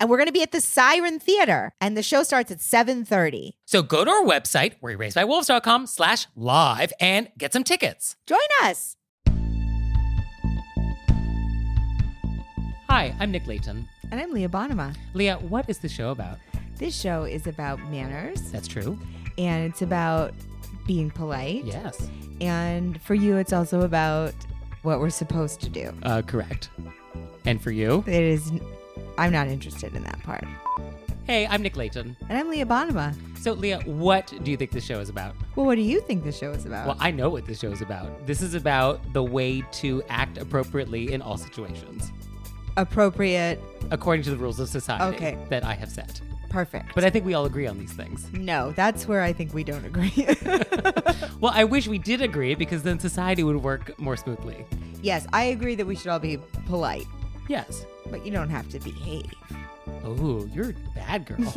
and we're going to be at the Siren Theater, and the show starts at 7:30. So go to our website, whereraisedbywolves.com slash live and get some tickets. Join us. Hi, I'm Nick Layton. And I'm Leah Bonema. Leah, what is the show about? This show is about manners, That's true. and it's about being polite. Yes. And for you, it's also about what we're supposed to do. Uh, correct. And for you? It is. I'm not interested in that part. Hey, I'm Nick Layton. And I'm Leah Bonema. So, Leah, what do you think this show is about? Well, what do you think the show is about? Well, I know what this show is about. This is about the way to act appropriately in all situations, Appropriate. according to the rules of society Okay. that I have set. Perfect. But I think we all agree on these things. no, that's where I think we don't agree. Well, I wish we did agree because then society would work more smoothly. yes, I agree that we should all be polite, Yes. but you don't have to behave. Oh, you're a bad girl.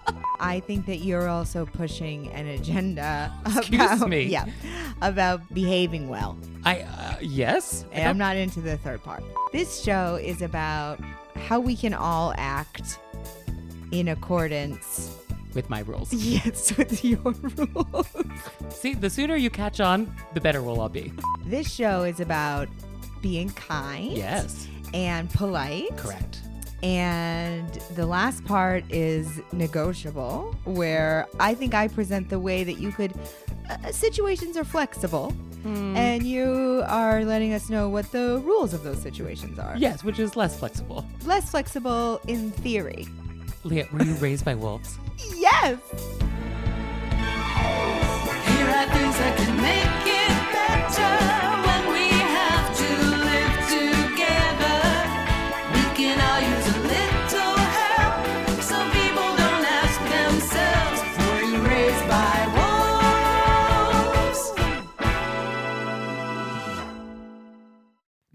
I think that you're also pushing an agenda about, Excuse me. Yeah, about behaving well. I uh, yes. And I'm not into the third part. This show is about how we can all act in accordance with my rules. yes with your rules. See, the sooner you catch on, the better we'll all be. This show is about being kind Yes. and polite. Correct. And the last part is negotiable, where I think I present the way that you could. Uh, situations are flexible, and you are letting us know what the rules of those situations are. Yes, which is less flexible. Less flexible in theory. Leah, were you raised by wolves? Yes! Here are things that can make it better when we have to live together. We can all use a little help. Some people don't ask themselves, were you raised by wolves?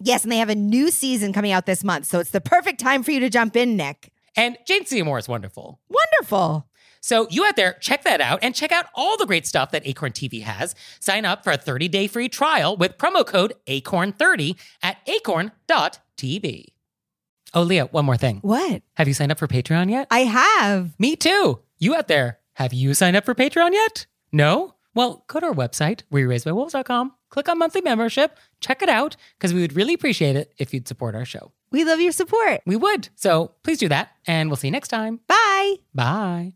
Yes, and they have a new season coming out this month, so it's the perfect time for you to jump in, Nick. And Jane Seymour is wonderful. Wonderful. So you out there, check that out and check out all the great stuff that Acorn TV has. Sign up for a 30-day free trial with promo code ACORN30 at acorn.tv. Oh, Leah, one more thing. What Have you signed up for Patreon yet? I have. Me too. You out there, have you signed up for Patreon yet? No? Well, go to our website, whereraisedbywolves.com, click on monthly membership, check it out, because we would really appreciate it if you'd support our show. We love your support. We would. So please do that, and we'll see you next time. Bye. Bye.